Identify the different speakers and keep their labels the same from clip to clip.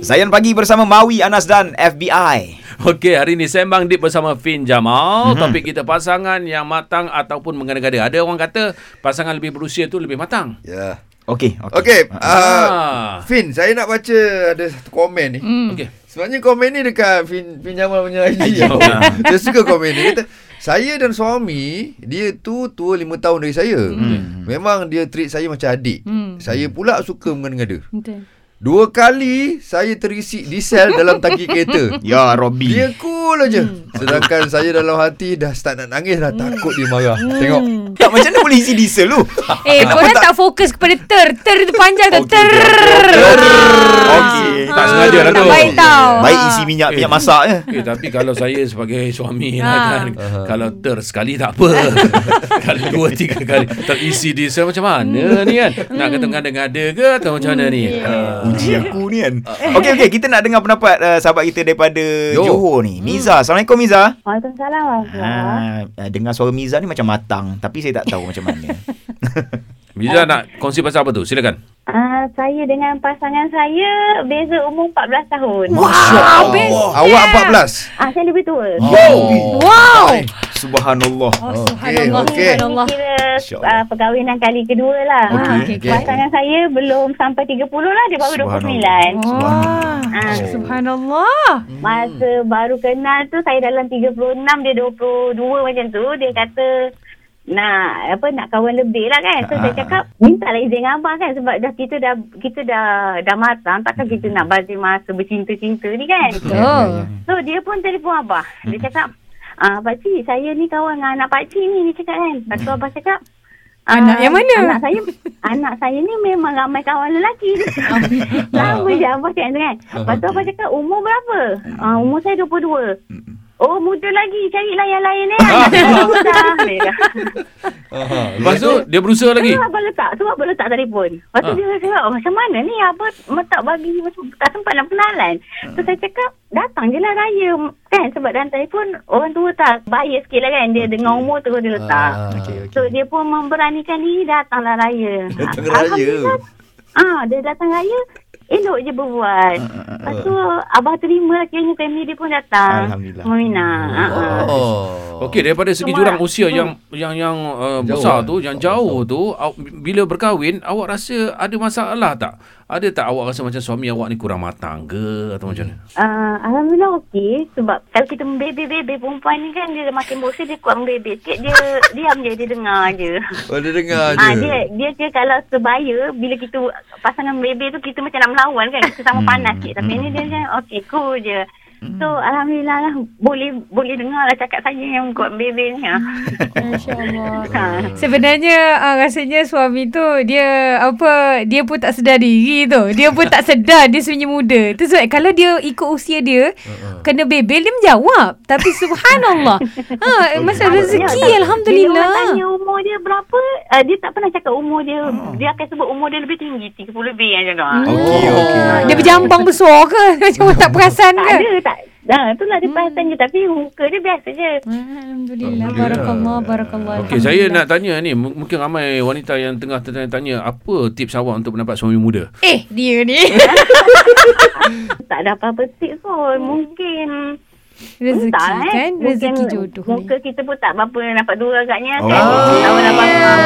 Speaker 1: Zayan Pagi bersama Maui Anas dan FBI.
Speaker 2: Okey, hari ni sembang deep bersama Fin Jamal. Mm-hmm. Topik kita pasangan yang matang ataupun mengada-gada. Ada orang kata pasangan lebih berusia tu lebih matang.
Speaker 3: Ya.
Speaker 1: Okey,
Speaker 3: Okey, uh,
Speaker 2: Ah.
Speaker 3: Fin, saya nak baca ada satu komen ni.
Speaker 2: Okey.
Speaker 3: Sebenarnya komen ni dekat Fin, Fin Jamal punya IG. tau. saya suka komen ni. Kata, saya dan suami, dia tu tua 5 tahun dari saya. Memang dia treat saya macam adik.
Speaker 4: Hmm.
Speaker 3: Saya pula suka mengada-ngada.
Speaker 4: Betul.
Speaker 3: Dua kali saya terisik diesel dalam tangki kereta.
Speaker 1: Ya Robi.
Speaker 3: Dia cool aja. Sedangkan saya dalam hati dah start nak nangis dah takut dia marah. Tengok.
Speaker 1: tak macam mana boleh isi diesel tu?
Speaker 4: Eh, korang tak fokus kepada ter. Ter itu panjang tu. Ter. Ha,
Speaker 1: Okey.
Speaker 2: Tak sengaja lah
Speaker 4: Tak
Speaker 2: tu.
Speaker 4: baik tau.
Speaker 1: Baik isi minyak minyak masak je.
Speaker 2: Eh, tapi kalau saya sebagai suami
Speaker 4: Ha.
Speaker 2: lah kan, kalau ter sekali tak apa. Kali dua, tiga kali terisi diesel macam mana ni kan? Nak kata mengada-ngada ke atau macam mana ni? Ah.
Speaker 1: Uji aku ni kan. Okey okey, kita nak dengar pendapat uh, sahabat kita daripada
Speaker 3: Yo.
Speaker 1: Johor ni. Miza. Assalamualaikum Miza.
Speaker 5: Waalaikumsalam Waalaikumsalam
Speaker 1: Ha, dengar suara Miza ni macam matang, tapi saya tak tahu macam mana.
Speaker 2: Bila nak kongsi pasal apa tu? Silakan.
Speaker 5: Ah, Saya dengan pasangan saya Beza umur 14 tahun
Speaker 4: Wow. best.
Speaker 3: Awak 14.
Speaker 5: Ah, Saya lebih tua
Speaker 3: Oh.
Speaker 4: Wow.
Speaker 1: Subhanallah.
Speaker 4: Oh, subhanallah.
Speaker 3: okey.
Speaker 4: Subhanallah.
Speaker 5: Ini kira
Speaker 1: InsyaAllah.
Speaker 5: uh, perkahwinan kali kedua lah
Speaker 1: Okey,
Speaker 5: Ah,
Speaker 4: okey, okey.
Speaker 5: Pasangan saya belum sampai 30 lah Dia baru
Speaker 1: Subhanallah.
Speaker 5: 29
Speaker 4: Oh. Wah.
Speaker 5: Ah.
Speaker 4: Subhanallah.
Speaker 5: Masa baru kenal tu Saya dalam 36 Dia 22 macam tu Dia kata nak apa nak kawan lebih lah kan so saya
Speaker 1: Ah.
Speaker 5: cakap minta lah izin dengan abang kan sebab dah kita dah kita dah dah matang takkan kita nak bazir masa bercinta-cinta ni kan
Speaker 4: Betul.
Speaker 5: So dia pun telefon abah. Dia cakap, ah pakcik saya ni kawan dengan anak pakcik ni dia cakap kan. Lepas tu abah cakap, "Ah,
Speaker 4: Anak yang mana?"
Speaker 5: Anak saya anak saya ni memang ramai kawan lelaki. Dia cakap. Lama je abah cakap tu kan. Lepas tu abah cakap umur berapa? Ah,
Speaker 4: Hmm.
Speaker 5: umur saya 22. Oh muda lagi cari layan-layan eh Anak saya muda Dia kata.
Speaker 2: Lepas tu, dia berusaha lagi.
Speaker 5: Tu abang letak Tu abang letak telefon Lepas tu
Speaker 2: Ah.
Speaker 5: dia cakap oh, Macam mana ni Abang ma- tak bagi macam- Tak sempat nak perkenalan So saya cakap Datang je lah raya Kan sebab dalam telefon Orang tua tak Bahaya sikit lah kan Dia dengan umur terus dia letak
Speaker 3: Ah, Okey,
Speaker 5: So dia pun memberanikan diri Datanglah raya
Speaker 3: Datang raya.
Speaker 5: Ah, Dia datang raya Elok
Speaker 3: Ah,
Speaker 5: je berbuat Lepas tu Abah terima lah Kiranya family dia pun datang
Speaker 1: Alhamdulillah.
Speaker 5: Memina oh.
Speaker 3: Oh.
Speaker 2: Okey daripada segi
Speaker 5: Cuma-
Speaker 2: jurang usia yang yang yang uh,
Speaker 3: Jauh,
Speaker 2: besar
Speaker 3: eh?
Speaker 2: tu, yang jauh tu, aw- bila berkahwin awak rasa ada masalah tak? Ada tak awak rasa macam suami awak ni kurang matang ke atau macam mana?
Speaker 5: Uh, Alhamdulillah okey sebab kalau kita membebek-bebek perempuan ni kan dia makin bosan dia kuat membebek sikit dia diam je dia dengar je.
Speaker 3: Oh, dia dengar je.
Speaker 5: Ah dia dia kira kalau sebaya bila kita pasangan bebek tu kita macam nak melawan kan kita sama panas sikit tapi ni dia macam okey cool je. So alhamdulillah lah boleh boleh dengar lah cakap saya yang kuat bebek ni. ah. Ha.
Speaker 4: Sebenarnya uh, rasanya suami tu dia apa dia pun tak sedar diri tu. Dia pun tak sedar dia sebenarnya muda. Tu sebab kalau dia ikut usia dia kena bebel dia menjawab. Tapi subhanallah. ha masa rezeki
Speaker 5: Bila orang
Speaker 4: alhamdulillah.
Speaker 5: tanya umur dia berapa, uh, dia tak pernah cakap umur dia. Dia akan sebut umur dia lebih tinggi, 30 lebih yang cakap.
Speaker 4: Oh.
Speaker 3: Okey, okey.
Speaker 4: Dia berjambang besar ke? Macam orang tak perasan
Speaker 5: Tak
Speaker 4: ke?
Speaker 5: ada tak. Nah, itulah
Speaker 4: Hmm.
Speaker 5: dia perasan je tapi muka dia biasa je.
Speaker 4: Alhamdulillah. Barakallah. Barakallah.
Speaker 2: Okey, saya nak tanya ni, m- mungkin ramai wanita yang tengah tertanya-tanya apa tips awak untuk mendapat suami muda?
Speaker 4: Eh, dia ni.
Speaker 5: Tak ada apa-apa tip pun. Mungkin
Speaker 4: Rezeki
Speaker 5: entahlah eh.
Speaker 4: kan?
Speaker 5: Mungkin
Speaker 4: Rezeki jodoh ni. Ya.
Speaker 5: Muka kita pun tak berapa nampak dua agaknya
Speaker 1: Oh.
Speaker 5: kan. Tahun
Speaker 1: Yeah.
Speaker 5: 80-an.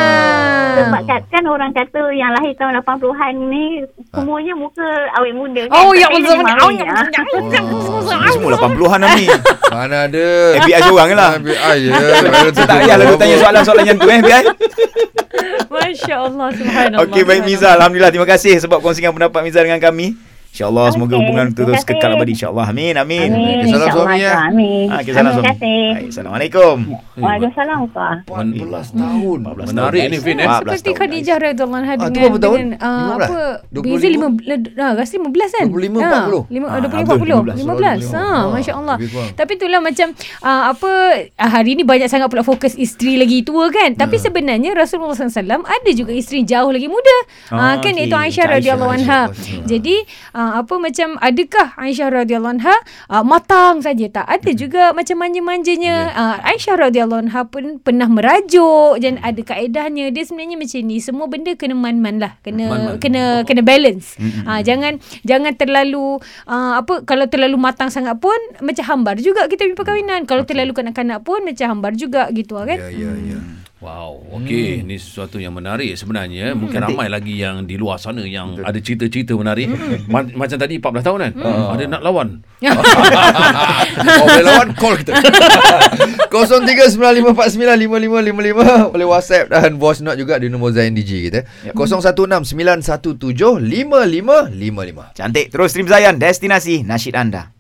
Speaker 5: Sebab kat, kan orang kata yang lahir tahun 80-an ni
Speaker 1: Ah.
Speaker 5: semuanya muka awet muda kan.
Speaker 4: Oh,
Speaker 5: Tak
Speaker 4: ya
Speaker 5: payah
Speaker 4: Allah.
Speaker 5: jadi
Speaker 4: Oh,
Speaker 5: marunya.
Speaker 4: ya Allah.
Speaker 1: Ni semua 80-an lah ni.
Speaker 3: Mana ada
Speaker 1: FBI seorang lah.
Speaker 3: FBI je lah.
Speaker 1: Tak payah lalu tanya soalan-soalan yang tu eh FBI.
Speaker 4: Masya Allah. Subhanallah.
Speaker 1: Okey baik Miza Alhamdulillah terima kasih sebab kongsikan pendapat Miza dengan kami InsyaAllah semoga
Speaker 5: Okey,
Speaker 1: hubungan tu
Speaker 5: terima
Speaker 1: terus
Speaker 5: kasih.
Speaker 1: kekal abadi InsyaAllah amin amin,
Speaker 5: Amin.
Speaker 3: Okey, salam
Speaker 5: InsyaAllah
Speaker 3: suami, eh.
Speaker 5: Tuan. Amin.
Speaker 1: Ah, okay, salam
Speaker 5: Terima
Speaker 1: suami.
Speaker 5: kasih.
Speaker 1: Baik, Assalamualaikum
Speaker 5: Waalaikumsalam Tuan.
Speaker 3: 14 tahun
Speaker 1: 14 tahun,
Speaker 2: Menarik
Speaker 1: guys.
Speaker 2: ni, Fin, eh?
Speaker 1: 14
Speaker 4: Seperti
Speaker 1: tahun,
Speaker 4: Khadijah radhiallahu anha
Speaker 3: Ah, tu
Speaker 4: dengan
Speaker 3: berapa tahun?
Speaker 4: dengan, ah,
Speaker 3: 15?
Speaker 4: apa
Speaker 3: 25?
Speaker 4: beza 15 ah rasa 15 kan
Speaker 3: 25,
Speaker 4: Ah,
Speaker 3: 40.
Speaker 4: lima- ah,
Speaker 1: Ah, betul,
Speaker 4: 25 40
Speaker 3: 15.
Speaker 4: 15 ha
Speaker 3: Ah,
Speaker 4: masya-Allah
Speaker 3: lebih kurang.
Speaker 4: tapi itulah macam ah, apa ah, hari ni banyak sangat pula fokus isteri lagi tua kan tapi sebenarnya Rasulullah SAW ada juga isteri jauh lagi muda
Speaker 1: Ah,
Speaker 4: ah, kan
Speaker 1: okey.
Speaker 4: itu Aisyah
Speaker 1: Aisyah,
Speaker 4: radhiyallahu anha
Speaker 3: Aisyah, Aisyah.
Speaker 4: jadi ah, uh, apa macam adakah Aisyah radhiyallahu anha uh, matang saja tak? Ada juga macam manja-manjanya. Uh, Aisyah radhiyallahu anha pun pernah merajuk dan ada kaedahnya. Dia sebenarnya macam ni. Semua benda kena man-man lah. Kena
Speaker 2: Man-man.
Speaker 4: kena kena balance. Uh, jangan jangan terlalu uh, apa kalau terlalu matang sangat pun macam hambar juga kita punya perkahwinan. Kalau terlalu kanak-kanak pun macam hambar juga gitu lah
Speaker 3: Ya,
Speaker 4: kan.
Speaker 3: ya, ya.
Speaker 2: Wow, okey, hmm. ni sesuatu yang menarik sebenarnya. Hmm. Mungkin ramai lagi yang di luar sana yang Betul. ada cerita-cerita menarik. Hmm. Ma- macam tadi 14 tahun kan. Hmm. Ada nak lawan.
Speaker 1: Hmm.
Speaker 3: Oh, boleh lawan call kita. 0395495555 boleh WhatsApp dan voice note juga di nombor Zain DJ kita. 0169175555.
Speaker 1: Cantik. Terus stream Zayan. Destinasi nasyid anda.